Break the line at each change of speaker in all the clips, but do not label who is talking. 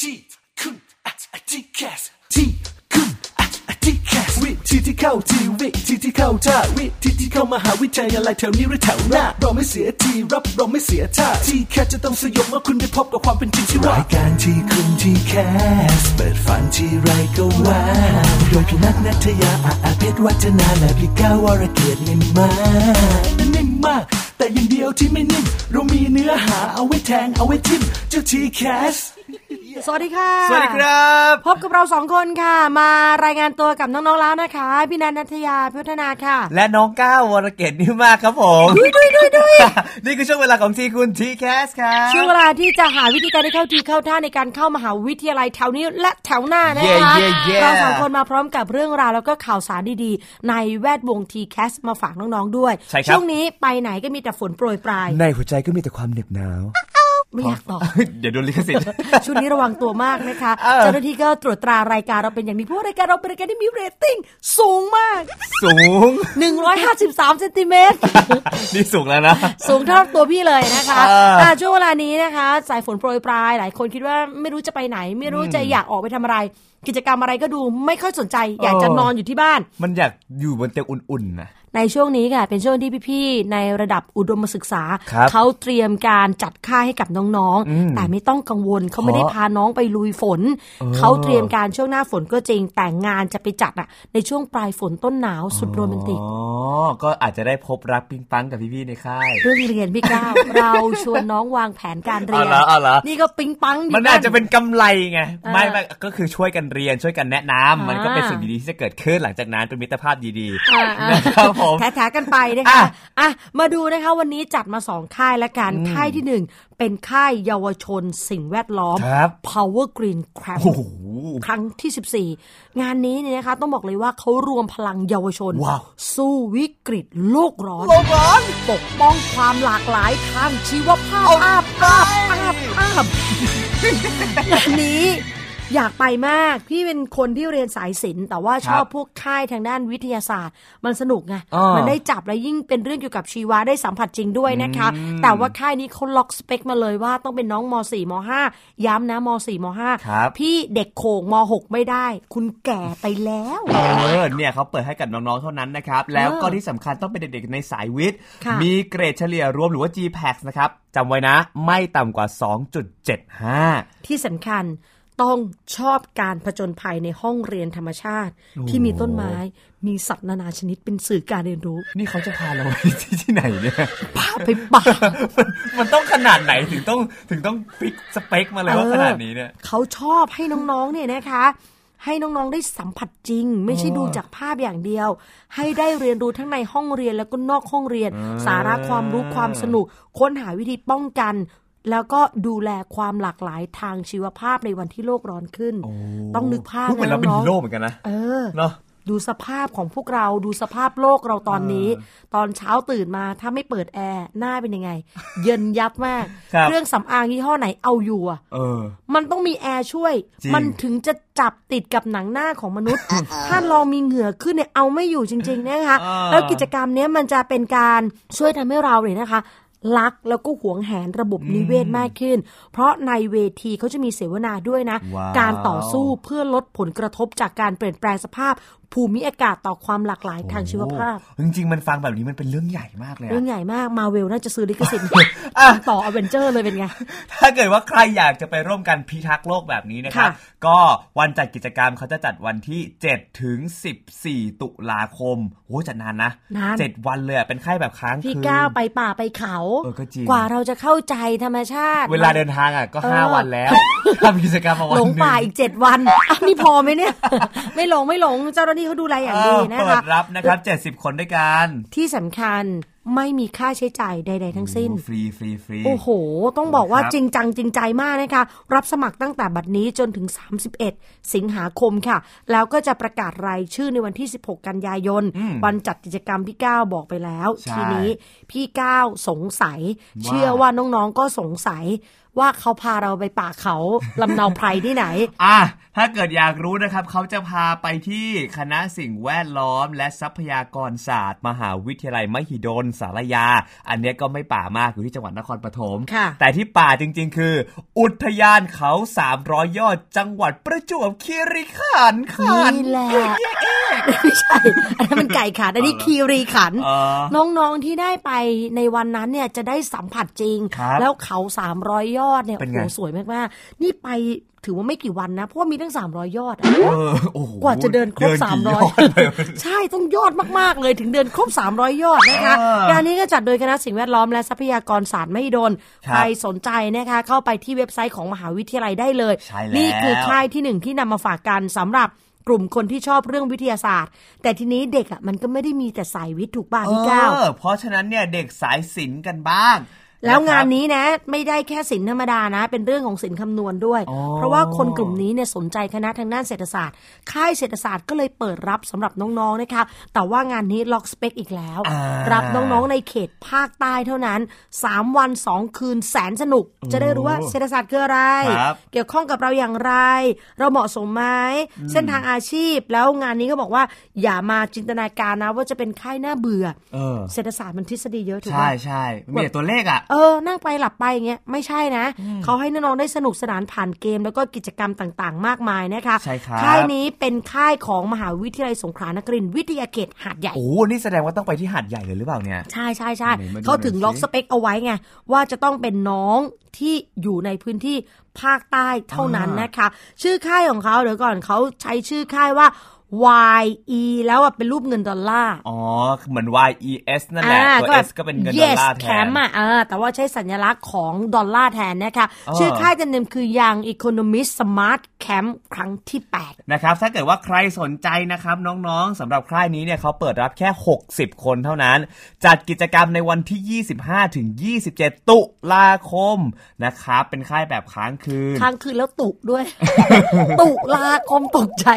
ที่คุณอาจที่แคสที่คุณอาจที่แคสวิธีที่เข้าทีวิธีที่เข้าท่าวิธีที่เข้ามหาวิทยาลัยแถวนี้หรือแถวหน้าเราไม่เสียทีรับเราไม่เสียท่าที่แคสจะต้องสยบเมื่อคุณได้พบกับความเป็นจริงที่ว่ารายการที่คุณที่แคสเปิดฝันที่ไรก็ว่าโดยพี่นักนัทยาอาอาเพชรวัฒนาและพี่ก้าววรเกียรตินิ่มมากนิ่มมาก แต่อย่างเดียวที่ไม่นิ่มเรามีเนื้อหาเอาไว้แทงเอาไว้ทิมเจ้าทีแคส
สวัสดีค่ะ
สวัสดีครับ
พบกับเราสองคนค่ะ มารายงานตัวกับน้องๆแล้วนะคะ พี่นันนัทยาพิวัฒนาค่ะ
และน้องก้าววรเกตนิ่มมากครับผม
ดุยดุยดุยดุย
นี่คือช่วงเวลาของทีคุณทีแคสครับ
ช่วงเวลาที่จะหาวิธีการที่เข้าทีเข้าท่าในการเข้ามหาวิทยาลัยแถวนี้และแถวหน้านะคะ
เย่เย่เย่
เราสองคนมาพร้อมกับเรื่องราวแล้วก็ข่าวสารดีๆ ในแวดวงทีแคสมาฝากน้องๆด้วย
ใช่ครับ
ช่วงนี้ไปไหนก็มีแต่ฝนโปรยปลาย
ในหัวใจก็มีแต่ความเหน็บหนาว
ไม่อยากตอบ
เดี๋ยวโดนลิขสิทธิ์
ช่วงนี้ระวังตัวมากนะคะ
เออ
เจ้าหน้าที่ก็ตรวจตรารายการเราเป็นอย่างนี้เพราะว่ารายการเราเป็นรายการที่มีเรตติ้งสูงมาก
สูง
153เซนติเมตร
นี่สูงแล้วนะ
สูงเท่าตัวพี่เลยนะคะ
เอออ่
ะช่วงเวลานี้นะคะ สายฝนโปรยปลายหลายคนคิดว่าไม่รู้จะไปไหน ไม่รู้จะอยากออกไปทำอะไร กิจกรรมอะไรก็ดูไม่ค่อยสนใจ อยากจะ
เออ
นอนอยู่ที่บ้าน
มันอยากอยู่บนเตียงอุ่นๆนะ
ในช่วงนี้ค่ะเป็นช่วงที่พี่ๆในระดับอุดมศึกษา
ครับ
เขาเตรียมการจัดค่ายให้กับน้องๆ แต่ไม่ต้องกังวลเขาไม่ได้พาน้องไปลุยฝน เขาเตรียมการช่วงหน้าฝนก็จริง แต่งานจะไปจัดอะในช่วงปลายฝนต้นหนาวสุดโรแมนติก
อ๋อ ก็อาจจะได้พบรักปิ๊งปังกับพี่ๆในค่าย
เรื่องเรียนพี่ก้าว เราชวนน้องวางแผนการเรียน
เอาเหรอเอาเหรอ
นี่ก็ปิ๊งปังอยู่
มันอาจจะเป็น
กั
กำไรไง
เออ
ไม่ไม่ก็คือช่วยกันเรียนช่วยกันแนะนำมันก็เป็น
อ่า
สิ่งดีๆที่จะเกิดขึ้นหลังจากนั้นเป็นมิตรภาพดี
อ่า
ๆ
อ่า
นะครับผม
แถะๆกันไปนะ
อ่ะ
คะอ่ะมาดูนะคะวันนี้จัดมาสองค่ายละกันค่ายที่หนึ่งเป็นค่ายเยาวชนสิ่งแวดล้อม
ครับ
Power Green Camp
โอ้โห
ครั้งที่ 14 งานนี้เนี่ยนะคะต้องบอกเลยว่าเขารวมพลังเยาวชน
ว้าว
สู้วิกฤตโลกร้อน
โลกร้อน
ปกป้องความหลากหลายทางชีวภาพภาพภาพภาพภาพงานนี้ อยากไปมาก พี่เป็นคนที่เรียนสายศิลป์แต่ว่า
ครับ
ชอบพวกค่ายทางด้านวิทยาศาสตร์ มันสนุกไง
อ่ามั
มันได้จับและยิ่งเป็นเรื่องเกี่ยวกับชีวะได้สัมผัสจริงด้วยนะคะ แต่ว่าค่ายนี้เขาล็อกสเปคมาเลยว่าต้องเป็นน้องม .4 ม .5 ย้ำนะม .4 ม
ครับ
.5 พี่เด็กโขงม .6 ไม่ได้ คุณแก่ไปแล้ว
เออเนี่ยเขาเปิดให้กับน้อง ๆ เท่านั้นนะครับ แล้วก็ที่สำคัญต้องเป็นเด็ก ๆ ในสายวิทย์
ค่ะ
มีเกรดเฉลี่ยรวมหรือว่า GPAX นะครับจำไว้นะ ไม่ต่ำกว่า 2.75
ที่สำคัญต้องชอบการผจญภัยในห้องเรียนธรรมชาติ ที่มีต้นไม้มีสัตว์นานาชนิดเป็นสื่อการเรียนรู้
นี่เขาจะพาเราไปที่ที่ไหนเนี่ย
พาไปป่า
มัน มันต้องขนาดไหนถึงต้องถึงต้องฟิกสเปคมาเลยว่าขนาดนี้เนี่ย
ออเขาชอบให้น้องๆเนี่ยนะคะ ให้น้องๆได้สัมผัสจริง ไม่ใช่ดูจากภาพอย่างเดียว ให้ได้เรียนรู้ทั้งในห้องเรียนแล้วก็นอกห้องเรียน สาระความรู้ความสนุก ค้นหาวิธีป้องกัน แล้วก็ดูแลความหลากหลายทางชีวภาพในวันที่โลกร้อนขึ้น ต้องนึกภาพ
พูดเหมือนเราเป็น
อง
ฮี
ๆ
โร่เหมือนกันนะ
เออ
เนอะ
ดูสภาพของพวกเราดูสภาพโลกเราตอนนี้ ตอนเช้าตื่นมาถ้าไม่เปิดแอร์หน้าเป็นยังไง เย็นยับมาก
ครับ
เครื่องสำอางยี่ห้อไหนเอาอยู่อะ
เออ
มันต้องมีแอร์ช่วย
จริง
มันถึงจะจับติดกับหนังหน้าของมนุ ษย์ ถ้าลองมีเหงื่อขึ้นเนี่ยเอาไม่อยู่จริงๆนะคะ แล้วกิจกรรมเนี้ยมันจะเป็นการช่วยทำให้เราเนี่ยนะคะ รักแล้วก็หวงแหนระบบนิเวศมากขึ้น เพราะในเวทีเขาจะมีเสวนาด้วยนะ
ว้าว
การต่อสู้เพื่อลดผลกระทบจากการเปลี่ยนแปลงสภาพ ภูมิอากาศต่อความหลากหลายทางชีวภาพ
โอ้จริง ๆ มันฟังแบบนี้มันเป็นเรื่องใหญ่มากเลยอะ
เรื่องใหญ่มากมาเวลน่าจะซื้อลิขสิท ธิ์
อ่ะ
ต่ออเวนเจอร์เลยเป็นไง
ถ้าเกิดว่าใครอยากจะไปร่วมกันพิทักษ์โลกแบบนี้นะครับ
ค่ะ
ก็วันจัดกิจกรรมเขาจะจัดวันที่ 7 ถึง 14 ตุลาคมโอ้ยจัดนานนะ
นาน
7 วันเลยอะเป็นค่ายแบบค้างคื
พี่
น
ก้าวไปป่าไปเขา
เออก็จริง
กว่าเราจะเข้าใจธรรมชาติ
เวลาเดินทางอ่ะก็
เออ
5 วันแล้วทำกิจกรรมมาวัน
หลง
นึ่
ป่าอีกเจ็ดวัน อ่ะนี่พอไหมเนี่ย ไม่หลงไม่หลงเจ้าหน้าที่เขาดูแลอย่างดีนะ
เปิ
คะ
ดรับนะครับ 70 คนด้วยกัน
ที่สำคัญไม่มีค่าใช้จ่ายใด ๆ ทั้งสิ้น
ฟรีฟรีฟรี
โอ้โห ต้องบอกว่า
ครับ
จริงจังจริงใจมากนะคะ รับสมัครตั้งแต่บัดนี้จนถึง 31 สิงหาคมค่ะ แล้วก็จะประกาศรายชื่อในวันที่ 16 กันยายน วันจัดกิจกรรมพี่ก้าวบอกไปแล้ว ทีนี้พี่ก้าวสงสัย เชื่อว่าน้องๆก็สงสัย ว่าเขาพาเราไปป่าเขาลำเนาไพรที่ ไหน
อ่ะถ้าเกิดอยากรู้นะครับ เขาจะพาไปที่คณะสิ่งแวดล้อม และทรัพยากรศาสตร์ มหาวิทยาลัยมหิดลสารยา อันเนี้ยก็ไม่ป่ามากอยู่ที่จังหวัดนครปฐม
ค่ะ
แต่ที่ป่าจริง ๆ คือ อุทยานเขา 300 ยอดจังหวัดประจวบคีรีขันธ์ค่ะ
นี่แหละ ไม่ใช่ อันนั้นมันไก่ขันอันนี้คีรีขันธ์
เออ
น้องๆ ที่ได้ไปในวันนั้นเนี่ยจะได้สัมผัสจริง
ครับ
แล้วเขา 300 ยอดเนี่ย
เป็น
โอ้
ไง
โหสวยมากๆ นี่ไปถือว่าไม่กี่วันนะ เพราะว่ามีตั้ง 300 ยอดอะ
เออโอ้โห
กว่าจะเดินครบ
กี่ดเลย
300 ใช่ต้องยอดมากๆเลยถึงเดินครบ 300 ยอดนะคะ
เออง
านนี้ก็จัดโดยคณะสิ่งแวดล้อมและทรัพยากรศาสตร์มหิดล
ค
ใค
รับ
รสนใจนะคะ เข้าไปที่เว็บไซต์ของมหาวิทยาลัยได้เลย
ใช่แล้ว
นี่คือค่ายที่หนึ่งที่นำมาฝากกันสำหรับกลุ่มคนที่ชอบเรื่องวิทยาศาสตร์ แต่ทีนี้เด็กอ่ะมันก็ไม่ได้มีแต่สายวิทย์ถูกป่ะพี่ก้าว
เออเพราะฉะนั้นเนี่ยเด็กสายศิลป์กันบ้าง
แล้วงานะครับ นี้นะไม่ได้แค่สินธรรมดานะ เป็นเรื่องของสินคำนวณด้วย
อ๋อ
เพราะว่าคนกลุ่มนี้เนี่ยสนใจคณะทางด้านเศรษฐศาสตร์ค่ายเศรษฐศาสตร์ก็เลยเปิดรับสำหรับน้องๆนะคะแต่ว่างานนี้ล็อกสเปคอีกแล้ว รับน้องๆในเขตภาคใต้เท่านั้น 3 วัน 2 คืนแสนสนุก จะได้รู้ว่าเศรษฐศาสตร์คืออะไร
ครับ
เกี่ยวข้องกับเราอย่างไร เราเหมาะสมไหมเส้นทางอาชีพ แล้วงานนี้ก็บอกว่า อย่ามาจินตนาการนะว่าจะเป็นค่ายน่าเบื่อ
เออ
เศรษฐศาสตร์มันทฤษฎีเยอะถูกไหม
ใช่ใช่มีแต่ตัวเลขอ่ะ
เออ นั่งไปหลับไปอย่างเงี้ย ไม่ใช่นะ เขาให้น้องๆได้สนุกสนานผ่านเกม แล้วก็กิจกรรมต่างๆ มากมายนะคะ
ใช่ครับ
ค่ายนี้เป็นค่ายของมหาวิทยาลัยสงขลานครินทร์วิทยาเขตหาดใหญ่
โอ้โหนี่แสดงว่าต้องไปที่หาดใหญ่เลยหรือเปล่าเนี่ย
ใช่ใช่ใช่
ไหนมาดู
เขาถึง
หน่อยสิ
ล็อกสเปคเอาไว้ไง ว่าจะต้องเป็นน้องที่อยู่ในพื้นที่ภาคใต้เท่านั้นนะคะ ชื่อค่ายของเขาเดี๋ยวก่อนเขาใช้ชื่อค่ายว่า YE แล้วอ่ะเป็นรูปเงินดอลลาร์
อ๋อ เหมือน YES นั่นแหละ
อ่า
ตัว
แบบ
S ก็เป็นเงินดอล
yes
ลาร์แท
แคน มป์อ่ะเออแต่ว่าใช้สัญลักษณ์ของดอลลาร์แทนนะคะ
เออ
ชื่อค่ายจะเนมคือ Young Economist Smart Camp ครั้งที่ 8
นะครับ ถ้าเกิดว่าใครสนใจนะครับน้องๆสำหรับค่ายนี้เนี่ยเขาเปิดรับแค่ 60 คนเท่านั้น จัดกิจกรรมในวันที่ 25 ถึง 27 ตุลาคมนะครับ เป็นค่ายแบบค้างคืน
ค้างคืนแล้วตุด้วย ตุลาคมตกใจ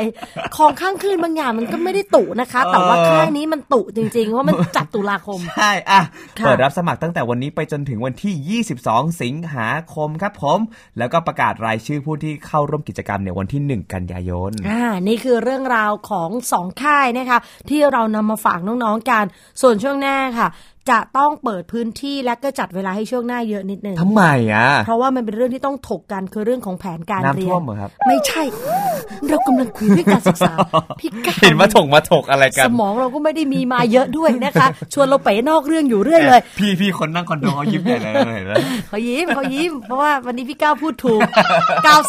ของข้างคืนบางอย่างมันก็ไม่ได้ตุนะคะ แต่ว่า
เออ
ค่ายนี้มันตุจริงๆ ว่ามันจัดตุลาคม
ใช่อ่ะ
ค่ะ
เปิดรับสมัครตั้งแต่วันนี้ไปจนถึงวันที่ 22 สิงหาคมครับผม แล้วก็ประกาศรายชื่อผู้ที่เข้าร่วมกิจกรรมในวันที่ 1 กันยายน
อ่า นี่คือเรื่องราวของสองค่ายนะคะ ที่เรานำมาฝากน้องๆกัน ส่วนช่วงหน้าค่ะ จะต้องเปิดพื้นที่และก็จัดเวลาให้ช่วงหน้าเยอะนิดนึง
ทำไมอ่ะ
เพราะว่ามันเป็นเรื่องที่ต้องถกกันคือเรื่องของแผนการเรียน
น้ำท่วมเหรอครับ
ไม่ใช่ เรากำลังคุยเรื่องการศึกษา พี่กาว
เห็นมาถกมาถกอะไรกั
ส
น
มองเราก็ไม่ได้มีมาเยอะด้วยนะคะ ชวนเราไปนอกเรื่องอยู่เรื่อยเลย
พี่พี่คนนั่งคอนโดเขายิ้มใหญ่เลยนะเห็นไหม
เขายิ้มเขายิ้ม เพราะว่าวันนี้พี่ก้าวพูดถูก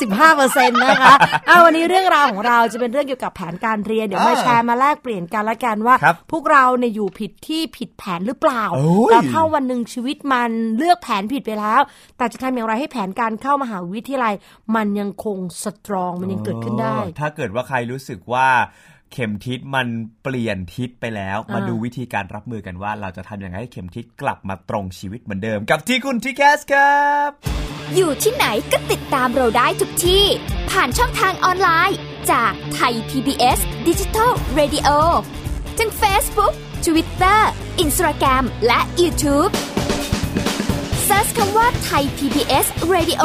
95%นะคะอ้าววันนี้เรื่องราวของเราจะเป็นเรื่องเกี่ยวกับแผนการเรียนเดี๋ยวมา
อ่า
แชร์มาแลกเปลี่ยนกันละกันว่า
ครับ
พวกเราเนี่ยอยู่ผิดที่ผิดแผนหรือเปล่า
โอ้ย
แล้วถ้า วันหนึ่งชีวิตมันเลือกแผนผิดไปแล้ว แต่จะทำอย่างไรให้แผนการเข้ามหาวิทยาลัย มันยังคงสตรองมัน ยังเกิดขึ้นได้
เออถ้าเกิดว่าใครรู้สึกว่า เข็มทิศมันเปลี่ยนทิศไปแล้ว
อ่าม
มาดูวิธีการรับมือกันว่า เราจะทำยังไงให้เข็มทิศกลับมาตรงชีวิตเหมือนเดิม กับที่คุณทีแคสครับ
อยู่ที่ไหนก็ติดตามเราได้ทุกที่ ผ่านช่องทางออนไลน์ จากไทย PBS Digital Radio ทั้ง Facebook Twitter Instagram และ YouTube Search คำว่าไทย PBS Radio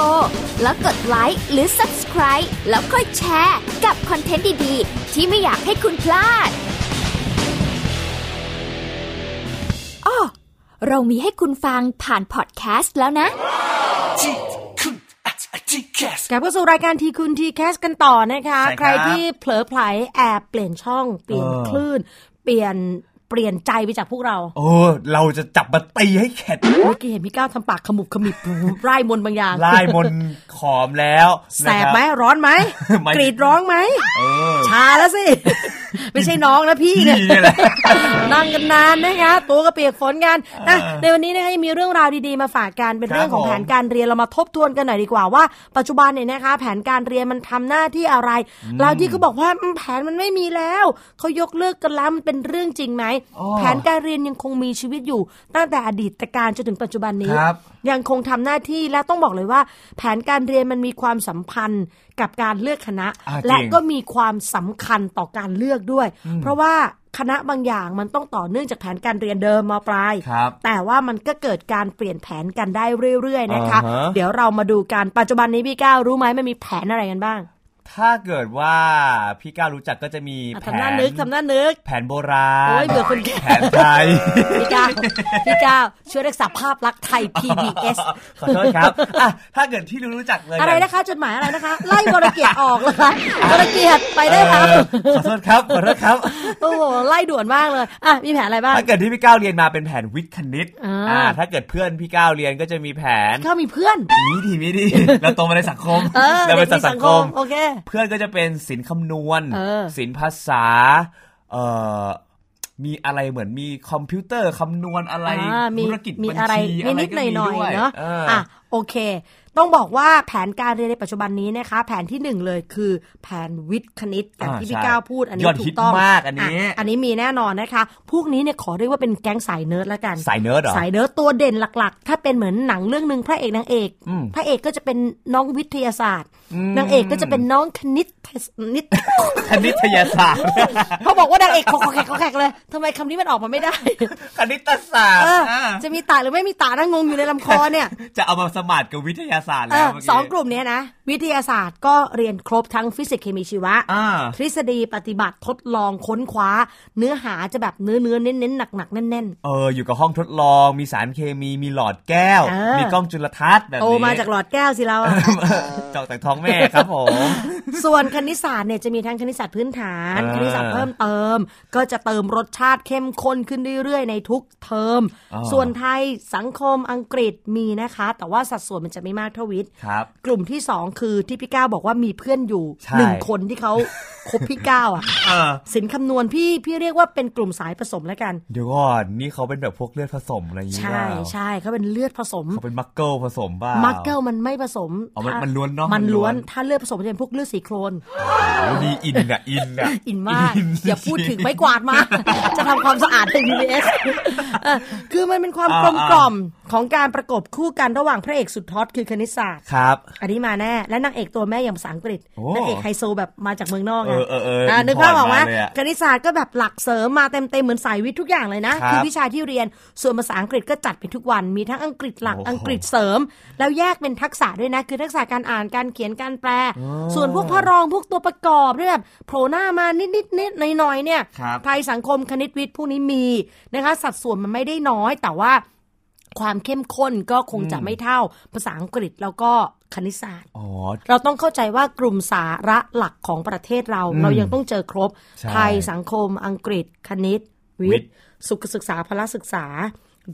แล้วกดไลค์หรือ Subscribe แล้วค่อยแชร์ กับคอนเทนต์ดี ๆ ที่ไม่อยากให้คุณพลาดอ้อเรามีให้คุณฟังผ่านพอดแคสต์แล้วนะ
ที่คุณอาจจะแคส
กลับเข้าสู่รายการทีคุณทีแคสกันต่อนะคะ
ใช่ครับ
ใครที่เผลอไผลแอบเปลี่ยนช่องเปลี่ยน
เออ
คลื่น เปลี่ยนเปลี่ยนใจไปจากพวกเรา
โอ้เราจะจับมาตีให้เข็ด
เมื่อกี้เห็นพี่ก้าวทำปากขมุบขมิบ ไล่มนต์บางอย่าง
ไล่มนต์ขอมแล้ว
แส
นะ
บ
ครั
ไหมร้อนไหม
ไม่
กรีดร้องไหม
เออ
ชาแล้วสิ ไม่ใช่น้องนะพี่
พี่เนี่ยแหละ
นั่งกันนานนะคะ ตัวก็เปียกฝนกันอ่ะในวันนี้นะคะยังมีเรื่องราวดีๆมาฝากกันเป็นเรื่องของแผนการเรียนเรามาทบทวนกันหน่อยดีกว่าว่าปัจจุบันเนี่ยนะคะ แผนการเรียนมันทำหน้าที่อะไรเราที่เขาบอกว่าอืมแผนมันไม่มีแล้วเขายกเลิกกันแล้วมันเป็นเรื่องจริงไหม
อ๋อ
แผนการเรียนยังคงมีชีวิตอยู่ ตั้งแต่อดีตการจนถึงปัจจุบันนี้
ครับ
ยังคงทำหน้าที่และต้องบอกเลยว่า แผนการเรียนมันมีความสัมพันธ์กับการเลือกคณะ
อ่าจริง
และก็มีความสำคัญต่อการเลือกด้วย เพราะว่าคณะบางอย่างมันต้องต่อเนื่องจากแผนการเรียนเดิมมปลาย
ครับ
แต่ว่ามันก็เกิดการเปลี่ยนแผนกันได้เรื่อยๆนะคะ
อ่าฮะ
เดี๋ยวเรามาดูกันปัจจุบันนี้พี่ก้าวรู้ไหมมันมีแผนอะไรกันบ้าง
ถ้าเกิดว่าพี่ก้าวรู้จักก็จะมี
อ่ะ
แผ
ทำหน้าน นึกทำหน้านึก
แผนโบราณ
โอ้ยเบื่อคนแก่
แผนไทย
พี่ก้าวพี่ก้าวช่วยรักษาภาพลักษณ์ไทย PBS
ขอโทษครับอ่ะถ้าเกิดที่รู้จักเลย
อะไรนะคะจดหมายอะไรนะคะ ไล่บรเกียรติออกเลย ค่ะบรเกียรติไปได้ครับ
เออขอโทษครับ ขอโทษครับ
โอ้โหไล่ด่วนมากเลยอ่ะมีแผนอะไรบ้าง
ถ้าเกิดที่พี่ก้าวเรียนมาเป็นแผนวิทย์คณิต
อ่า
อ่าถ้าเกิดเพื่อนพี่ก้าวเรียนก็จะมีแผ น
เขามีเพื่อน
นี้ดีไม่ดีเราโตมาในสังคม
เออ
เราเป็น
ด็ก
สัตว์สังคม
โอเค
เพื่อนก็จะเป็นศิลป์คำนวณ
เออ
ศิลป์ภาษาเอ่อมีอะไรเหมือนมีคอมพิวเตอร์คำนวณอะไร
อ่ามี
ธุรกิจ
มี
บัญ
อะไร
ชีอะไร
นิดๆห
ก็มี
น่อย
ด้วย
ๆเนาะ
เอออ
อ่ะโอเค ต้องบอกว่าแผนการเรียนในปัจจุบันนี้นะคะ แผนที่หนึ่งเลยคือแผนวิทย์คณิตอย่าง
อ่า
ที่
ใช่
พี่ก้าวพูดอันนี้
ยอด
ถู
ฮิต
กต้อง
มากอันนี้
ะอันนี้มีแน่นอนนะคะ พวกนี้เนี่ยขอเรียกว่าเป็นแก๊งสายเนิร์ดละกัน
สายเนิร์ดเหรอ
สายเนิร์ดตัวเด่นหลักๆ ถ้าเป็นเหมือนหนังเรื่องหนึ่งพระเอกนางเอก
อืม
พระเอกก็จะเป็นน้องวิทยาศาสตร์ นางเอกก็จะเป็นน้องคณิตนิต
คณิตศาสตร์
เขาบอกว่านางเอกขอแขกขอแขกเลยทำไมคำนี้มันออกมาไม่ได้
คณิตศาสตร์
เออ
อ่า
จะมีตาหรือไม่มีตานั่งงงอยู่ในลำคอ เนี่ย
จะเอามาสมาร์ทกับวิทยาศาสตร์
เอ
แล้ว
อ
เมื่
สองกลุ่มเนี้ยนะ วิทยาศาสตร์ก็เรียนครบทั้งฟิสิกส์เคมีชีวะ
อ่า
ทฤษฎีปฏิบัติทดลองค้นคว้า เนื้อหาจะแบบเนื้อเนื้อเน้นเน้นๆหนักหนักๆแน่นแน่น
เออ อยู่กับห้องทดลอง มีสารเคมี มีหลอดแก้ว
เออ
มีกล้องจุลทรรศน์แบบ
ๆ
นี้
โตมาจากหลอดแก้วสิเราอะ
เจอกจากท้องแม่ครับผม
ส่วนคณิตศาสตร์เนี่ยจะมีทั้งคณิตศาสตร์พื้นฐาน
อ่า
คณิตศาสตร์เพิ่มเติม ก็จะเติมรสชาติเข้มข้นขึ้นเรื่อยๆ ในทุกเทอม
อ๋อ
ส่วนไทยสังคมอังกฤษมีนะคะ แต่ว่าสัดส่วนมันจะไม่มากเท่าวิทย์
ครับ
กลุ่มที่สองคือที่พี่ก้าวบอกว่ามีเพื่อนอยู่
ใช่
หนึ่งคนที่เขา คบพี่ก้าวอ่ะ
เออ
สินคำนวณพี่พี่เรียกว่าเป็นกลุ่มสายผสมแล้วกัน
เดี๋ยวก่อน นี่เขาเป็นแบบพวกเลือดผสมอะไรอย่างเงี้ย
ใช่ใช่เขาเป็นเลือดผสม
เขาเป็นมักเกิลผสมบ้า
มั
มั
กเกิลมันไม่ผสม
อ๋อมันมันล้วนเนอะ
มันล้วน
มันล้วน
ถ้าเลือดผสมจะเป็นพวกเลือดสีโครน
ดีอินอะอินอะ
อินมาก อย่าพูดถึงไม่กวาดมา จะทำความสะอาดใน BBS เออคือมันเป็นความ
อ่าก ก
ลมกล่อมของการประกบคู่กันระหว่างพระเอกสุดฮอตคือคณิตศาสตร์
ครับ
อันนี้มาแน่ และนางเอกตัวแม่อย่างภาษาอังกฤษ
โอ้
นางเอกไฮโซแบบมาจากเมืองนอกไง
เออเออเออ
อ่านึกภาพออกไหม
ถอดมาเลยอะ
คณิตศาสตร์ก็แบบหลักเสริมมาเต็มเต็มๆเหมือนสายวิทย์ทุกอย่างเลยนะ
ครับ
คือวิชาที่เรียนส่วนภาษาอังกฤษก็จัดไปทุกวันมีทั้งอังกฤษหลัก
โอ้โห
อังกฤษเสริม แล้วแยกเป็นทักษะด้วยนะ คือทักษะการอ่านการเขียนการแปล ส่วนพวกพระรองพวกตัวประกอบเนี่ยแบบโผล่หน้ามานิดนิดนิดหน่อยๆเนี่ย
ครับ
ไทยสังคมคณิตวิทย์พวกนี้มีนะคะ สัดส่วนมันไม่ได้น้อยแต่ว่า ความเข้มข้นก็คงจะไม่เท่าภาษาอังกฤษแล้วก็คณิตศาสตร์
อ๋อ
เราต้องเข้าใจว่ากลุ่มสาระหลักของประเทศเรา เรายังต้องเจอครบ
ใช่
ไทยสังคม อังกฤษ คณิต วิ
วิ
ท
ทย์
ย์ สุขศึกษาพละศึกษา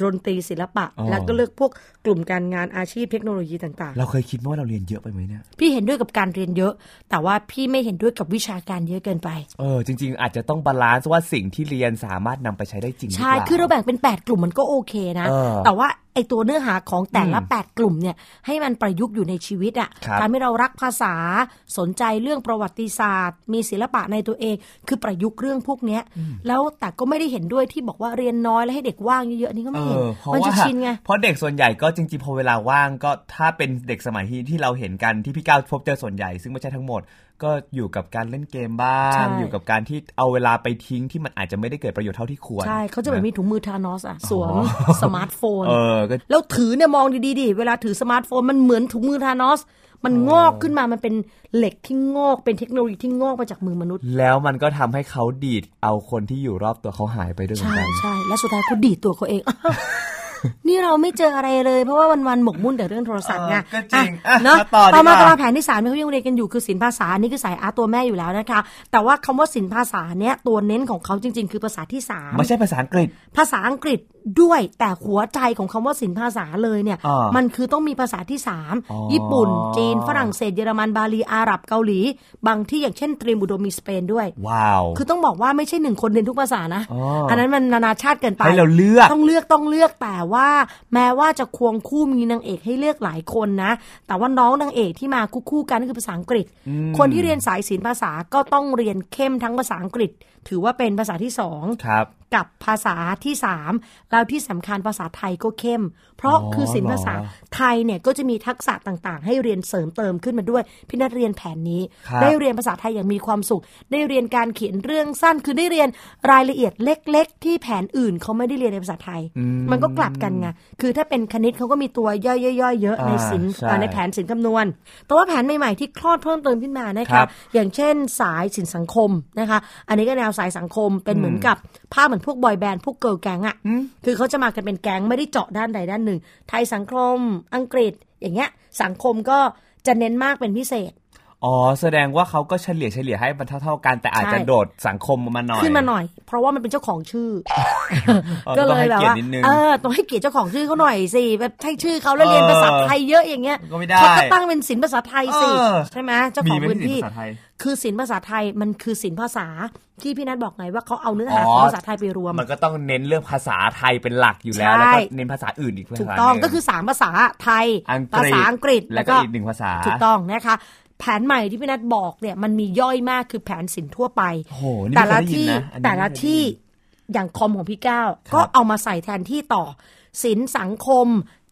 ดนตรีศิลปะ
อ๋อ
แล้วก็เลือกพวกกลุ่มการงานอาชีพเทคโนโลยีต่าง
เราเคยคิดว่าเราเรียนเยอะไปไหมเนี่ย
ๆ พี่เห็นด้วยกับการเรียนเยอะ แต่ว่าพี่ไม่เห็นด้วยกับวิชาการเยอะเกินไป
เออ จริง ๆ อาจจะต้องบาลานซ์ว่าสิ่งที่เรียนสามารถนำไปใช้ได้จริงหรือ
ใช่
เปล่า
คือเราแบ่งเป็น 8 กลุ่มมันก็โอเคนะ
เออ
แต่ว่าไอตัวเนื้อหาของแต่ละ 8 กลุ่มเนี่ยให้มันประยุกต์อยู่ในชีวิตอะ
ครั่
ะ
บ
ทำให้เรารักภาษา สนใจเรื่องประวัติศาสตร์ มีศิลปะในตัวเอง คือประยุกต์เรื่องพวกเนี้ย แล้วแต่ก็ไม่ได้เห็นด้วยที่บอกว่าเรียนน้อยแล้วให้เด็กว่างเยอะๆอันนี่ก็ไม่เห็น
ออเพราะ
มันจะ
ว่า
ชินไง
เพราะเด็กส่วนใหญ่ก็จริงๆพอเวลาว่างก็ถ้าเป็นเด็กสมัยที่ที่เราเห็นกันที่พี่ก้าวพบเจอส่วนใหญ่ ซึ่งไม่ใช่ทั้งหมด ก็อยู่กับการเล่นเกมบ้า
ใช่
ง อยู่กับการที่เอาเวลาไปทิ้งที่มันอาจจะไม่ได้เกิดประโยชน์เท่าที่ควร
ใช่เขาจะแบบมีถุงมือทานอสอ่ะสวม
อ๋อ
สมาร์ทโฟน
เออก็
แล้วถือเนี่ยมองดีๆดิเวลาถือสมาร์ทโฟนมันเหมือนถุงมือทานอส มันงอกขึ้นมามันเป็นเหล็กที่งอกเป็นเทคโนโลยีที่งอกมาจากมือมนุษย์
แล้วมันก็ทำให้เขาดีดเอาคนที่อยู่รอบตัวเขาหายไปด้วยเหมือ
ใช่
นกัน
ใช่และสุดท้ายเขาดีดตัวเขา เอง นี่เราไม่เจออะไรเลย เพราะว่าวันๆหมกมุ่นแต่เรื่องโทรศัพท์ไง
เออก็จริง
อ่ะ
อ่ะ
เนาะ
มาต่อดีกว่า
ต่อมากระลาแผนที่สามเนี่ยเขายังเรียนกันอยู่คือศิลปภาษาอันนี่คือสายอาร์ตตัวแม่อยู่แล้วนะคะ แต่ว่าคำว่าศิลปภาษาเนี่ยตัวเน้นของเขาจริง ๆ คือภาษาที่สาม
ไม่ใช่ภาษาอังกฤษ
ภาษาอังกฤษด้วยแต่หัวใจของคำว่าศิลปภาษาเลยเนี่ย
อ่ามั
มันคือต้องมีภาษาที่
อ๋อ
3 ญี่ปุ่น จีน ฝรั่งเศสเยอรมันบาลีอาหรับเกาหลี บางที่อย่างเช่นเตรียมอุดมมีสเปนด้วย
ว้าว
คือต้องบอกว่าไม่ใช่หนึ่งคนเรียนทุกภาษานะ
อ๋ออั
นนั้นมันนานาชาติเกินไป
ให้เราเลือก
ต้องเลือกต้องเลือกแต่ว่า แม้ว่าจะควงคู่มีนางเอกให้เลือกหลายคนนะ แต่ว่าน้องนางเอกที่มาคู่คู่ๆกันก็คือภาษาอังกฤษ คนที่เรียนสายศิลปภาษาก็ต้องเรียนเข้มทั้งภาษาอังกฤษ ถือว่าเป็นภาษาที่สอง
ครับ
กับภาษาที่ 3 แล้วที่สำคัญภาษาไทยก็เข้ม เพราะ
อ๋อ
คือศิลป์ภาษา
เหรอ
ไทยเนี่ยก็จะมีทักษะต่างๆ ให้เรียนเสริมเติมขึ้นมาด้วย พี่นัทเรียนแผนนี้
ครับ
ได้เรียนภาษาไทยอย่างมีความสุข ได้เรียนการเขียนเรื่องสั้น คือได้เรียนรายละเอียดเล็ก ๆ ที่แผนอื่นเขาไม่ได้เรียนในภาษาไทย มันก็กลับกันไงคือถ้าเป็นคณิตเขาก็มีตัวย่อยๆเยอะในศิลป์
อ่าใช่
อ่าในแผนศิลป์คำนวณ แต่ว่าแผนใหม่ๆที่คลอดเพิ่มเติมขึ้นมานะ
ครั
คะ
บ
อย่างเช่นสายสินสังคมนะคะ อันนี้ก็แนวสายสังคมเป็นเหมือนกับภาพเหมือนพวกบอยแบนด์พวกเกิร์ลแก๊งอ่ะ คือเขาจะมากันเป็นแก๊งไม่ได้เจาะด้านใดด้านหนึ่ง ไทยสังคม อังกฤษ อย่างเงี้ย สังคมก็จะเน้นมากเป็นพิเศษ
อ๋อแสดงว่าเขาก็เฉลี่ยเฉลี่ยให้มันเท่าๆกันแต่อาจจะ
ใช่
โดดสังคมมาหน่อย
ขึ้นมาหน่อย เพราะว่ามันเป็นเจ้าของชื่อ
อ๋อ
ก็เลยแบบว่า
ต้องให้เกียรตินิดนึง
เออ ต้องให้เกียรติเจ้าของชื่อเขาหน่อยสิแบบใช่ชื่อเขาแล้วเรียนภาษาไทยเยอะอย่างเงี้ย
ก็ไม่ได้
เขาก็ตั้งเป็นศิลป์ภาษาไทยสิ
เออ
ใช่ไหมเจ้าของพื้นที่
มีไหมศิลป์ภาษาไทย
คือศิลป์ภาษาไทยมันคือศิลป์ภาษาที่พี่นัทบอกไงว่าเขาเอาเนื้อหา
อ๋อ
ของภาษาไทยไปรวม
มันก็ต้องเน้นเรื่องภาษาไทยเป็นหลักอยู่แล้ว
ใช่
แล้วก็เน้นภาษาอื่นอีกภาษา
ถูกต้อง
หนึ่
ก็คือสามภาษาไทย
อังกฤษ
ภาษาอังกฤษ
แล้วก็อีกหนึ่งภาษา
ถูกต้องนะคะ แผนใหม่ที่พี่นัทบอกเนี่ยมันมีย่อยมากคือแผนสินทั่วไป
โอ้โหนี่
แต่ละ
ไม่เคยได้ยิน
ที่
นะอันนี้
แต่ละ
ไม่เคยได้ยิน
ที่อย่างคอมของพี่ก้าวก็เอามาใส่แทนที่ต่อสินสังคม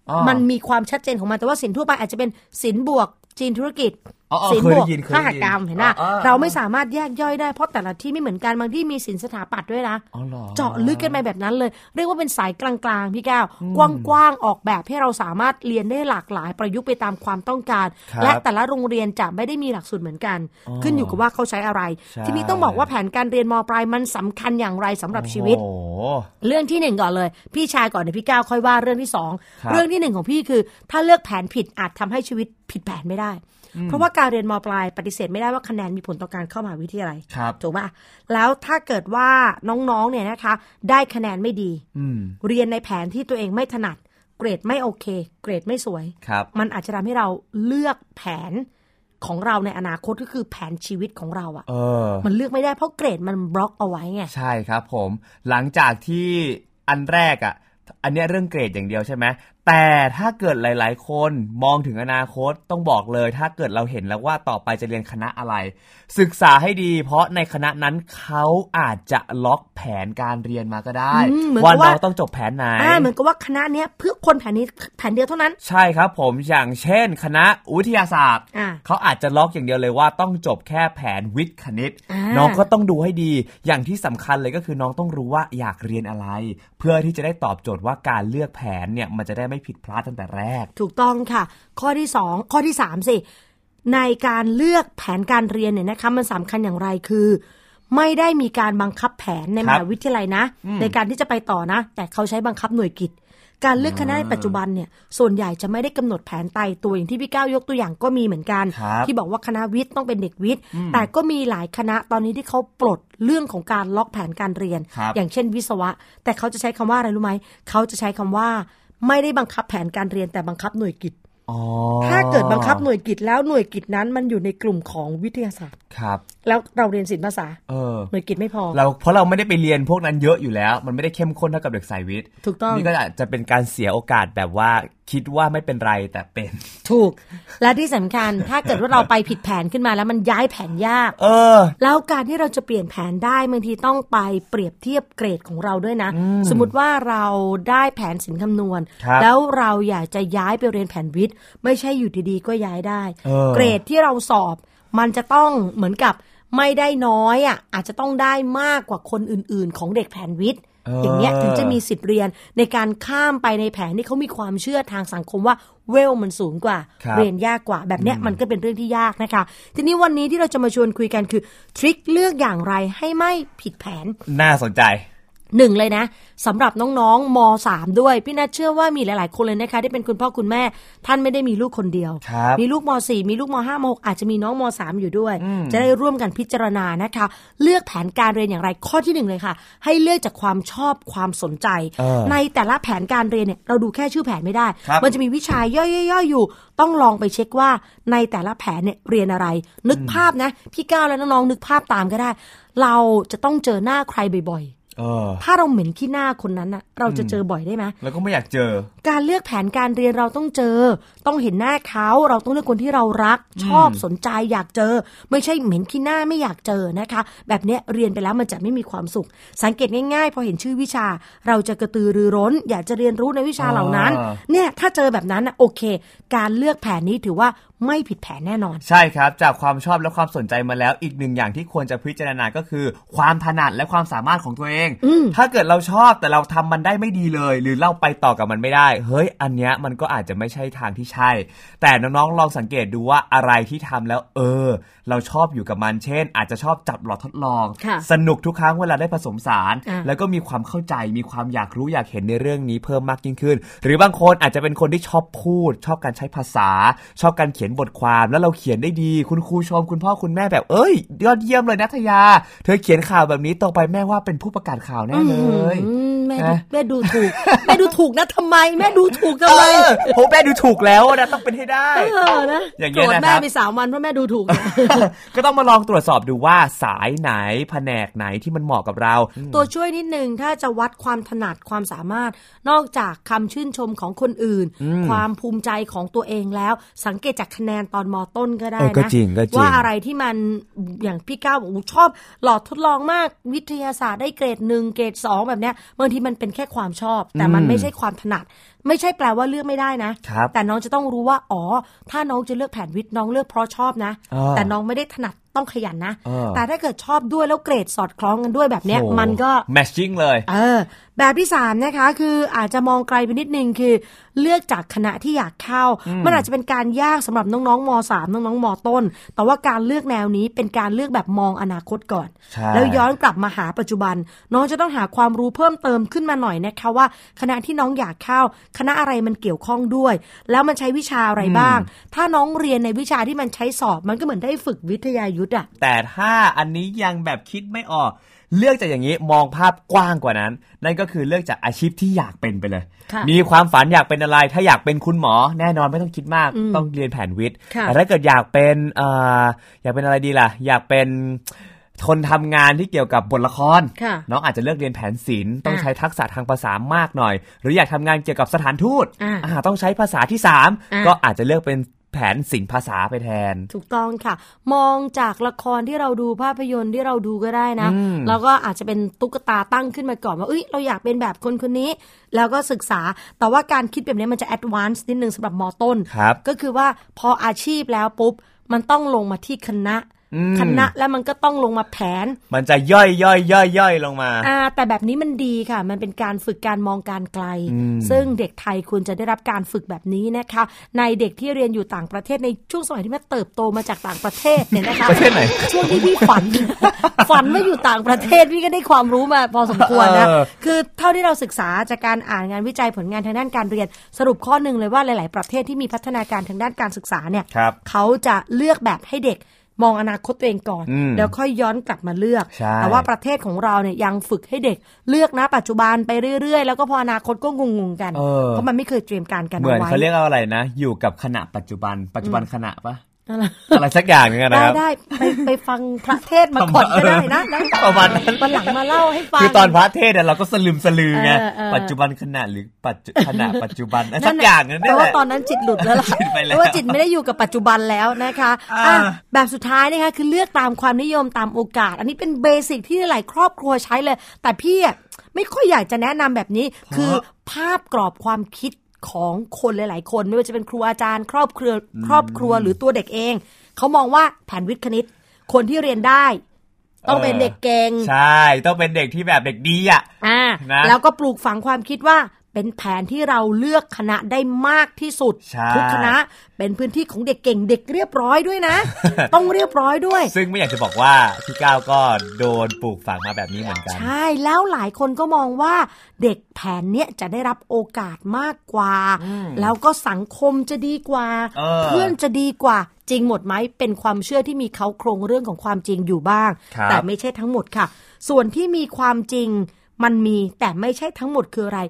อ๋อ
มันมีความชัดเจนของมันแต่ว่าสินทั่วไปอาจจะเป็นสินบวกจีนธุรกิจ
อ๋ออ๋อ
สิน
เค
บ
ยได้
วก
ยินเคยได้
ข้า
ยิน
หกรรมเห็นป่ะ
อ๋ออ๋อ
เราไม่สามารถแยกย่อยได้เพราะแต่ละที่ไม่เหมือนกันบางที่มีสินสถาปัตย์ด้วยนะ
อ๋อเหรอ
เจาะลึกกันไปแบบนั้นเลย เรียกว่าเป็นสายกลางๆ พี่แก้ว กว้างๆ ออกแบบให้เราสามารถเรียนได้หลากหลายประยุกต์ไปตามความต้องการ
ครับ
และแต่ละโรงเรียนจะไม่ได้มีหลักสูตรเหมือนกัน ขึ้นอยู่กับว่าเขาใช้อะไร
ใช่
ทีนี้ต้องบอกว่าแผนการเรียนมปลายมันสำคัญอย่างไรสำหรับชีวิต
โอ้โห
เรื่องที่หนึ่งก่อนเลย พี่ชายก่อนเดี๋ยวพี่ก้าวค่อยว่าเรื่องที่สอง
ครับ
เรื่องที่หนึ่งของพี่คือ ถ้าเลือกแผนผิดอาจทำให้ชีวิตผิดแผนไม่ได้ เพราะว่าการเรียนมปลายปฏิเสธไม่ได้ว่าคะแนนมีผลต่อการเข้ามหาวิทยาลัย
ครับ
ถูกป่ะแล้วถ้าเกิดว่าน้องๆเนี่ยนะคะ ได้คะแนนไม่ดี
อืม
เรียนในแผนที่ตัวเองไม่ถนัด เกรดไม่โอเค เกรดไม่สวย
ครับ
มันอาจจะทำให้เราเลือกแผนของเราในอนาคตก็คือแผนชีวิตของเราอะ
เออ
มันเลือกไม่ได้เพราะเกรดมันบล็อกเอาไว้ไง
ใช่ครับผม หลังจากที่อันแรกอะ่ะ อันเนี้ยเรื่องเกรดอย่างเดียวใช่ไหมแต่ถ้าเกิดหลาย ๆ คนมองถึงอนาคตต้องบอกเลย ถ้าเกิดเราเห็นแล้วว่าต่อไปจะเรียนคณะอะไร ศึกษาให้ดี เพราะในคณะนั้นเขาอาจจะล็อกแผนการเรียนมาก็ได้
อืมเหมือน
ว่า
กับ
น้
ว่า
องต้องจบแผนไหน
อ่าเหมือนกับว่าคณะเนี้ยเพื่อคนแผนนี้แผนเดียวเท่านั้น
ใช่ครับผมอย่างเช่น คณะวิทยาศาสตร์
อ่า
เขาอาจจะล็อกอย่างเดียวเลยว่าต้องจบแค่แผนวิทย์คณิต
อ่า
น้องก็ต้องดูให้ดี อย่างที่สำคัญเลยก็คือน้องต้องรู้ว่าอยากเรียนอะไร เพื่อที่จะได้ตอบโจทย์ว่าการเลือกแผนเนี่ยมันจะได้ไม่ผิดพลาดตั้งแต่แรก
ถูกต้องค่ะ ข้อที่สองข้อที่สามสิ ในการเลือกแผนการเรียนเนี่ยนะคะมันสำคัญอย่างไรคือ ไม่ได้มีการบังคับแผนใน
ค
ม
รับ
หาวิทยาลัยนะ ในการที่จะไปต่อนะ แต่เขาใช้บังคับหน่วยกิจ การเลือกคณะในปัจจุบันเนี่ยส่วนใหญ่จะไม่ได้กำหนดแผนตายตัวอย่างที่พี่ก้าวยกตัวอย่างก็มีเหมือนกัน
ครับ
ที่บอกว่าคณะวิทย์ต้องเป็นเด็กวิทย์ แต่ก็มีหลายคณะตอนนี้ที่เขาปลดเรื่องของการล็อกแผนการเรียน
ครับ
อย่างเช่นวิศวะ แต่เขาจะใช้คำว่าอะไรรู้ไหมเขาจะใช้คำว่า ไม่ได้บังคับแผนการเรียนแต่บังคับหน่วยกิจ
อ๋อ
ถ้าเกิดบังคับหน่วยกิจแล้วหน่วยกิจนั้นมันอยู่ในกลุ่มของวิทยาศาสตร์
ครับ
แล้วเราเรียนศิลปภาษา
เออ
หน่วยกิจไม่พอ
เราเพราะเราไม่ได้ไปเรียนพวกนั้นเยอะอยู่แล้ว มันไม่ได้เข้มข้นเท่ากับเด็กสายวิทย์
ถูกต้อง
นี่ก็อาจจะเป็นการเสียโอกาสแบบว่าคิดว่าไม่เป็นไรแต่เป็น
ถูก และที่สำคัญ ถ้าเกิดว่าเราไปผิดแผนขึ้นมาแล้วมันย้ายแผนยาก
เออ
แล้วการที่เราจะเปลี่ยนแผนได้บางทีต้องไปเปรียบเทียบเกรดของเราด้วยนะ สมมติว่าเราได้แผนสินคำนวณ
ครับ
แล้วเราอยากจะย้ายไปเรียนแผนวิทย์ ไม่ใช่อยู่ดีๆก็ย้ายได้
เออ
เกรดที่เราสอบ มันจะต้องเหมือนกับไม่ได้น้อยอ่ะอาจจะต้องได้มากกว่าคนอื่นๆ ของเด็กแผนวิทย์ อย่างเงี้ยถึงจะมีสิทธิ์เรียนในการข้ามไปในแผนที่เขามีความเชื่อทางสังคมว่าเวลมันสูงกว่า
ครับ
เรียน ยากกว่าแบบเนี้ยมันก็เป็นเรื่องที่ยากนะคะ ทีนี้วันนี้ที่เราจะมาชวนคุยกันคือ ทริคเลือกอย่างไรให้ไม่ผิดแผน
น่าสนใจ
หนึ่งเลยนะสำหรับน้องๆม .3 ด้วย พี่นัทเชื่อว่ามีหลาย ๆ คนเลยนะคะ ที่เป็นคุณพ่อคุณแม่ ท่านไม่ได้มีลูกคนเดียว
ครับ
มีลูกม .4 มีลูกม .5 ม .6 อาจจะมีน้องม .3 อยู่ด้วย จะได้ร่วมกันพิจารณานะคะ เลือกแผนการเรียนอย่างไรข้อที่หนึ่งเลยค่ะ ให้เลือกจากความชอบความสนใจ
เออ
ในแต่ละแผนการเรียนเนี่ยเราดูแค่ชื่อแผนไม่ได้
ครับ
มันจะมีวิชาย่อยๆอยู่ ต้องลองไปเช็คว่าในแต่ละแผนเนี่ยเรียนอะไร นึกภาพนะ พี่ก้าวและน้องๆนึกภาพตามก็ได้ เราจะต้องเจอหน้าใครบ่อยๆ
เออ
ถ้าเราเหม็นขี้หน้าคนนั้นอะเราจะเจอบ่อยได้ไหม
แล้วก็ไม่อยากเจอ
การเลือกแผนการเรียนเราต้องเจอ ต้องเห็นหน้าเขาเราต้องเลือกคนที่เรารัก ชอบสนใจอยากเจอ ไม่ใช่เหม็นขี้หน้าไม่อยากเจอนะคะ แบบเนี้ยเรียนไปแล้วมันจะไม่มีความสุข สังเกตง่ายๆ พอเห็นชื่อวิชา เราจะกระตือรือร้น อยากจะเรียนรู้ในวิชาเหล่านั้น
อ่า
เนี่ยถ้าเจอแบบนั้นน่ะโอเค การเลือกแผนนี้ถือว่าไม่ผิดแผนแน่นอน
ใช่ครับ จากความชอบและความสนใจมาแล้วอีกหนึ่งอย่างที่ควรจะพิจารณาก็คือ ความถนัดและความสามารถของตัวเอง ถ้าเกิดเราชอบแต่เราทำมันได้ไม่ดีเลย หรือเราไปต่อกับมันไม่ได้ เฮ้ย อันเนี้ยมันก็อาจจะไม่ใช่ทางที่ใช่ แต่น้องๆลองสังเกตดูว่าอะไรที่ทำแล้ว เออ เราชอบอยู่กับมันเช่น อาจจะชอบจับหลอดทดลอง
ค่ะ
สนุกทุกครั้งเวลาได้ผสมสาร
อ่า
แล้วก็มีความเข้าใจมีความอยากรู้อยากเห็นในเรื่องนี้เพิ่มมากยิ่งขึ้น หรือบางคนอาจจะเป็นคนที่ชอบพูด ชอบการใช้ภาษา ชอบการเขียนบทความ แล้วเราเขียนได้ดี คุณครูชมคุณพ่อคุณแม่แบบเอ้ย ยอดเยี่ยมเลยนัทยา เธอเขียนข่าวแบบนี้ต่อไปแม่ว่าเป็นผู้ประกาศข่าวแน่เลย
อืมแม่ดู
นะ
แม่ดูถูก แม่ดูถูกนะทำไม แม่ดูถูกทำ
เอ
ไม
อผมแม่ดูถูกแล้วนะต้องเป็นให้ ได้
เออนะ
อย่างเงี้
โกร
ย
ธ
นะครับ
แม่ไปสามวันเพราะแม่ดูถูกเนี่ย
ก็ต้องมาลองตรวจสอบดูว่าสายไหนแผนกไหนที่มันเหมาะกับเรา
ตัวช่วยนิดนึงถ้าจะวัดความถนัดความสามารถ นอกจากคำชื่นชมของคนอื่น ความภูมิใจของตัวเองแล้ว สังเกตจากคะแนนตอนมอต้นก็ได้
เออก็
นะ
จริงก็จริง
ว่าอะไรที่มันอย่างพี่ก้าวบอกอู้ชอบหลอดทดลองมากวิทยาศาสตร์ได้เกรดหนึ่งเกรดสองแบบเนี้ยบางทีมันเป็นแค่ความชอบ แต่มันไม่ใช่ความถนัด ไม่ใช่แปลว่าเลือกไม่ได้นะ
ครับ
แต่น้องจะต้องรู้ว่า อ๋อ ถ้าน้องจะเลือกแผนวิทย์น้องเลือกเพราะชอบนะ
อ่า
แต่น้องไม่ได้ถนัดต้องขยันนะ
อ่า
แต่ถ้าเกิดชอบด้วยแล้วเกรดสอดคล้องกันด้วยแบบเนี้ย
โอ้
มันก็
แมทชิ่งเลย
เออ แบบที่ 3 นะคะ คืออาจจะมองไกลไปนิดนึงคือ เลือกจากคณะที่อยากเข้า มันอาจจะเป็นการยากสำหรับน้องๆม .3 น้องๆม ต้น แต่ว่าการเลือกแนวนี้เป็นการเลือกแบบมองอนาคตก่อน
ใช่
แล้วย้อนกลับมาหาปัจจุบัน น้องจะต้องหาความรู้เพิ่มเติมขึ้นมาหน่อยนะคะว่า คณะที่น้องอยากเข้า คณะอะไรมันเกี่ยวข้องด้วย แล้วมันใช้วิชาอะไรบ้าง ถ้าน้องเรียนในวิชาที่มันใช้สอบ มันก็เหมือนได้ฝึกวิทยายุทธ์อะ
แต่ถ้าอันนี้ยังแบบคิดไม่ออก เลือกจากอย่างนี้มองภาพกว้างกว่านั้น นั่นก็คือเลือกจากอาชีพที่อยากเป็นไปเลย
ค่ะ
มีความฝันอยากเป็นอะไร ถ้าอยากเป็นคุณหมอ แน่นอนไม่ต้องคิดมากต้องเรียนแผนวิทย์
ค่ะ
แต่ถ้าเกิดอยากเป็นเอ่ออยากเป็นอะไรดีล่ะ อยากเป็นคนทำงานที่เกี่ยวกับบทละคร
ค่ะ
น้องอาจจะเลือกเรียนแผนศิลป์ต้อง
อ่ะ
ใช้ทักษะทางภาษามากหน่อย หรืออยากทำงานเกี่ยวกับสถานทูต
อ่ะ
อ่ะต้องใช้ภาษาที่สาม
อ่ะ
ก็อาจจะเลือกเป็นแผนศิลป์ภาษาไปแทน
ถูกต้องค่ะ มองจากละครที่เราดูภาพยนตร์ที่เราดูก็ได้นะ แล้วก็อาจจะเป็นตุ๊กตาตั้งขึ้นมาก่อนว่าเอ้ยเราอยากเป็นแบบคนคนนี้ แล้วก็ศึกษา แต่ว่าการคิดแบบนี้มันจะแอดวานซ์นิดนึงสำหรับมอต้น
ครับ
ก็คือว่าพออาชีพแล้วปุ๊บ มันต้องลงมาที่คณะ
อืม
คณะแล้วมันก็ต้องลงมาแผน
มันจะย่อยย่อยย่อยย่อยลงมา
อ่าแต่แบบนี้มันดีค่ะ มันเป็นการฝึกการมองการไกล ซึ่งเด็กไทยควรจะได้รับการฝึกแบบนี้นะคะ ในเด็กที่เรียนอยู่ต่างประเทศในช่วงสมัยที่แม่เติบโตมาจากต่างประเทศเนี่ยนะคะ
ประเทศไหน
ช่วงที่พี่ฝัน ฝันว่าอยู่ต่างประเทศพี่ก็ได้ความรู้มาพอสมควรนะ
เออ
คือเท่าที่เราศึกษาจากการอ่านงานวิจัยผลงานทางด้านการเรียน สรุปข้อหนึ่งเลยว่าหลาย ๆ ประเทศที่มีพัฒนาการทางด้านการศึกษาเนี่ย
ครับ
เขาจะเลือกแบบให้เด็กมองอนาคตตัวเองก่อน
อืม
แล้วค่อยย้อนกลับมาเลือก
ใช่
แต่ว่าประเทศของเราเนี่ยยังฝึกให้เด็กเลือกนะปัจจุบันไปเรื่อย ๆ แล้วก็พออนาคตก็งงๆกัน เพราะมันไม่เคยเตรียมการกัน
เหมือน
ไว้
เขาเรียกเอาอะไรนะ อยู่กับขณะปัจจุบัน ปัจจุบันขณะปะ
อะไร
อะไรสักอย่างหนึงอะนะ
ได้
ครับ
ได้ไปไปฟังพระเทศมาก่อนก็ได้นะนะ
ประมาณนั้น
วันหลังมาเล่าให้ฟัง
คือตอนพระเทศน์อะเราก็สลืมสลือไง
เออเออ
ปัจจุบันขณะหรือปัจจุขณะปัจจุบันอะสัก
แหละ
อย่างนั้น
แปล
เนี่ย
ว่าตอนนั้นจิตหลุดแล้วล่ะ
จิตไปแล้ว
เพราะว่าจิตไม่ได้อยู่กับปัจจุบันแล้วนะคะ
อ่า
อ่ะแบบสุดท้ายนะคะคือเลือกตามความนิยมตามโอกาส อันนี้เป็นเบสิกที่หลายครอบครัวใช้เลย แต่พี่อ่ะไม่ค่อยอยากจะแนะนำแบบนี้ คือภาพกรอบความคิดของคนหลาย ๆ คนไม่ว่าจะเป็นครูอาจารย์ ครอบครัวครอบครัวหรือตัวเด็กเอง เขามองว่าแผนวิทย์คณิต คนที่เรียนได้ ต้องเป็นเด็กเก่ง
ใช่ ต้องเป็นเด็กที่แบบเด็กดีอ่ะ
อ่า
นะ
แล้วก็ปลูกฝังความคิดว่าเป็นแผนที่เราเลือกคณะได้มากที่สุด
ใช่
ทุกคณะเป็นพื้นที่ของเด็กเก่งเด็กเรียบร้อย ด้วยนะ ต้องเรียบร้อยด้วย
ซึ่งไม่อยากจะบอกว่าพี่ก้าวก็โดนปลูกฝังมาแบบนี้เหมือนกัน
ใช่แล้วหลายคนก็มองว่าเด็กแผนเนี้ยจะได้รับโอกาสมากกว่า แล้วก็สังคมจะดีกว่า
เออ
เพื่อนจะดีกว่า จริงหมดไหมเป็นความเชื่อที่มีเขาโครงเรื่องของความจริงอยู่บ้าง
ครับ
แต่ไม่ใช่ทั้งหมดค่ะ ส่วนที่มีความจริงมันมีแต่ไม่ใช่ทั้งหมดคืออะไร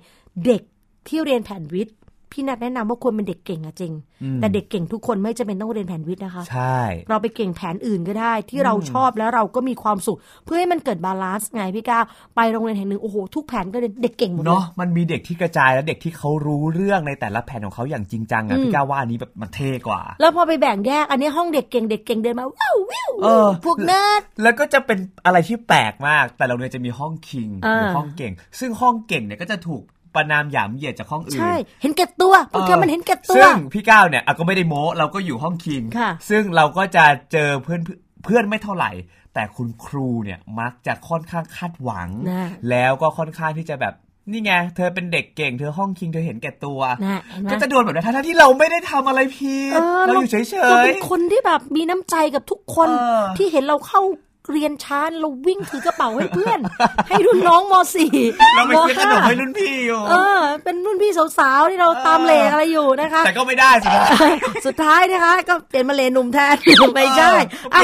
เด็กที่เรียนแผนวิทย์ พี่นัดแนะนำว่าควรเป็นเด็กเก่งอะจริง แต่เด็กเก่งทุกคนไม่จำเป็นต้องเรียนแผนวิทย์นะคะ
ใช่
เราไปเก่งแผนอื่นก็ได้ ที่เราชอบแล้วเราก็มีความสุข เพื่อให้มันเกิดบาลานซ์ไงพี่ก้าวไปโรงเรียนแห่งหนึ่งโอ้โหทุกแผนก็เรียนเด็กเก่งหมดเลย
เนาะมันมีเด็กที่กระจายและเด็กที่เขารู้เรื่องในแต่ละแผนของเขาอย่างจริงจังอะพี่ก้าวว่าอันนี้แบบมันเท่กว่า
แล้วพอไปแบ่งแยก อันนี้ห้องเด็กเก่งเด็กเก่งเดินมาว้าววิว
เออ
พวกเนิร์ด
แล้วก็จะเป็นอะไรที่แปลกมาก แต่เราเนี่ยจะมีห้องคิง
อ่า
หรือห้องเก่ง ซึ่งห้องเก่งเนี่ยก็จะถูกประนามหยามเหยียดจากห้องอื่น
ใช่ เห็นแก่ตัวพวกเธอมันเห็นแก่ตัว
ซึ่งพี่ก้าวเนี่ยอ่ะก็ไม่ได้โม้เราก็อยู่ห้องคิง
ค่ะ
ซึ่งเราก็จะเจอเพื่อนเพื่อนไม่เท่าไหร่ แต่คุณครูเนี่ยมักจะค่อนข้างคาดหวัง
นะ
แล้วก็ค่อนข้างที่จะแบบนี่ไงเธอเป็นเด็กเก่งเธอห้องคิงเธอเห็นแก่ตัว
นะเห็นไหม
ก็จะโดนแบบนั้นทั้งๆที่เราไม่ได้ทำอะไรผิด เราอยู่เฉ
เรา
ย
เป็นคนที่แบบมีน้ำใจกับทุกคน
เออ
ที่เห็นเราเข้าเรียนช้าเราวิ่งถือกระเป๋าให้เพื่อน ให้รุ่นน้องมสี่
ๆ เราไปซื้อขนมให้
ม
รุ่นพี่อยู่
ห้าเออ เป็นรุ่นพี่สาวๆที่เราตามเลอะไรอยู่นะคะ
แต่ก็ไม่ได้สินะ
สุดท้ายนะคะ ก็เปลี่ยนมาเลหนุ่มแทน ไม่ใช่
เออก็
อ่ะ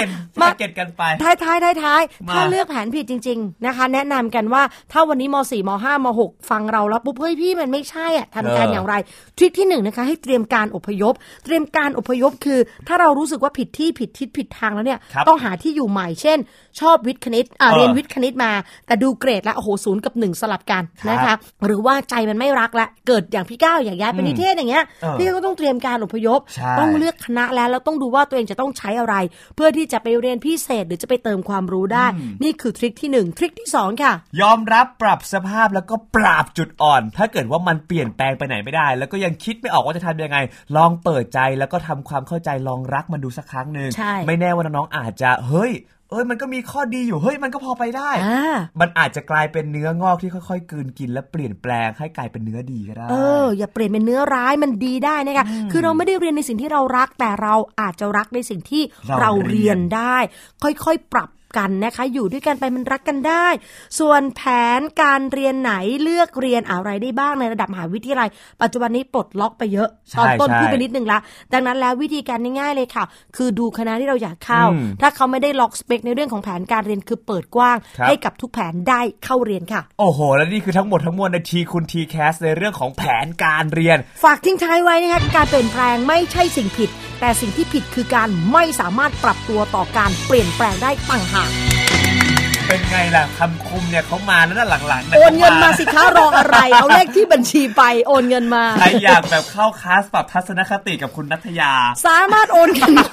เปลี่ยน
มา
แพ็กเกจกันไป
ท้ายท้ายท้ายท้ายๆ
มา
ถ้าเลือกแผนผิดจริง ๆนะคะ แนะนำกันว่าถ้าวันนี้ม .4 ม .5 ม .6 ฟังเราแล้วปุ๊บเฮ้ยพี่มันไม่ใช่อะทำการอย่างไรทริคที่หนึ่งนะคะให้เตรียมการอพยพ เตรียมการอพยพคือ ถ้าเรารู้สึกว่าผิดที่ผิดทิศผิดทางแล้วเนี่ย
ครับ
ต้องหาที่อยู่ใหม่เช่น ชอบวิทย์คณิตอ่ะ
เออ
เรียนวิทย์คณิตมา แต่ดูเกรดแล้วโอ้โหศูนย์กับหนึ่งสลับกัน
ครับ
นะคะ หรือว่าใจมันไม่รักละเกิดอย่างพี่ก้าวอย่างย้ายไปนิเทศอย่างเงี้ย
เออ
พี่ก็ต้องเตรียมการอพยพ
ใช่
ต้องเลือก เลือกคณะแล้วแล้วต้องดูว่าตัวเองจะต้องใช้อะไร เพื่อที่จะไปเรียนพิเศษหรือจะไปเติมความรู้ได้ นี่คือทริคที่หนึ่งทริคที่สองค่ะ
ยอมรับปรับสภาพแล้วก็ปราบจุดอ่อน ถ้าเกิดว่ามันเปลี่ยนแปลงไปไหนไม่ได้ แล้วก็ยังคิดไม่ออกว่าจะทำยังไง ลองเปิดใจแล้วก็ทำความเข้าใจลองรักมันดูสักครั้งหนึ่ง
ใช่
ไม่แน่ว่าน้องๆอาจจะเฮ้ย เอ้ยมันก็มีข้อดีอยู่เฮ้ยมันก็พอไปได้
อ่า
มันอาจจะกลายเป็นเนื้องอกที่ค่อยๆกลืนกิน และเปลี่ยนแปลงให้กลายเป็นเนื้อดีก็ได้
เออ อย่าเปลี่ยนเป็นเนื้อร้ายมันดีได้นะคะคือเราไม่ได้เรียนในสิ่งที่เรารัก แต่เราอาจจะรักในสิ่งที่
เรา
เรา
เรี
เรี
ย
ย
น
นได้ ค่อยๆปรับกันนะคะ อยู่ด้วยกันไปมันรักกันได้ ส่วนแผนการเรียนไหนเลือกเรียนอะไรได้บ้างในระดับมหาวิทยาลัย ปัจจุบันนี้ปลดล็อกไปเยอะตอนต้น
ใช่
พูดไปนิดนึงละดังนั้นแล้ววิธีการง่ายๆเลยค่ะ คือดูคณะที่เราอยากเข้า
อืม
ถ้าเขาไม่ได้ล็อกสเปคในเรื่องของแผนการเรียนคือเปิดกว้าง
ครับ
ให้กับทุกแผนได้เข้าเรียนค่ะ
โอ้โห และนี่คือทั้งหมดทั้งมวลในทีคุณทีแคสในเรื่องของแผนการเรียน
ฝากทิ้งท้ายไว้นะคะการเปลี่ยนแปลงไม่ใช่สิ่งผิด แต่สิ่งที่ผิดคือการไม่สามารถปรับตัวต่อการเปลี่ยนแปลงได้ต่างหาก
เป็นไงล่ะคำคมเนี่ยเขามาแล้วนะหลังๆะ
โอนเงินมาสิคะรออะไร เอาเลขที่บัญชีไปโอนเงินมา
ใครอยากแบบเข้าคลาสปรับทัศนคติกับคุณนัทยา
สามารถโอนกันมา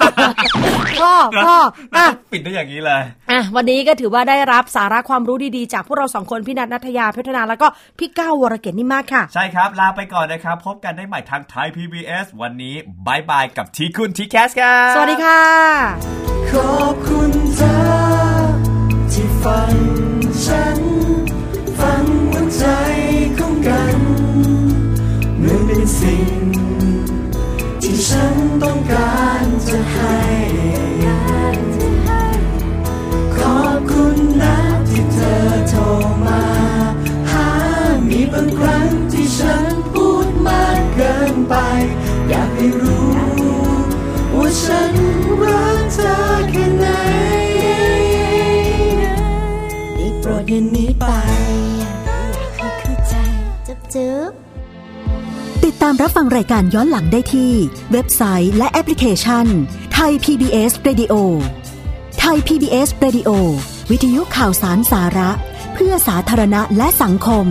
พ่อพ่ออ่ะ
ปิดได้อย่างนี้เลย
อ่ะวันนี้ก็ถือว่าได้รับสาระความรู้ดีๆ จากพวกเราสองคนพี่นัทนัทยาพัฒนาแล้วก็พี่ก้าววรเกยรตนิ่มมากค่ะ
ใช่ครับ ลาไปก่อนนะครับ พบกันได้ใหม่ทางไทย PBS วันนี้บายบายกับทีคุณทีแคสครับ
สวัสดีค่ะ
ขอบคุณเธอที่ฟังฉัน ฟังหัวใจของกันเหมือนเป็นสิ่ง ที่ฉันต้องการจะให้ ขอบคุณนะที่เธอโทรมา หา มีบางครั้งที่ฉันพูดมากเกินไป อยากให้รู้ ว่าฉันรักเธอแค่ไหนได้โปรดอย่าหนี้ไป
เข้าใจจุ๊บจุ๊บ
ติดตามรับฟังรายการย้อนหลังได้ที่ เว็บไซต์และแอปพลิเคชันไทย PBS Radio ไทย PBS Radio วิทยุข่าวสารสาระ เพื่อสาธารณะและสังคม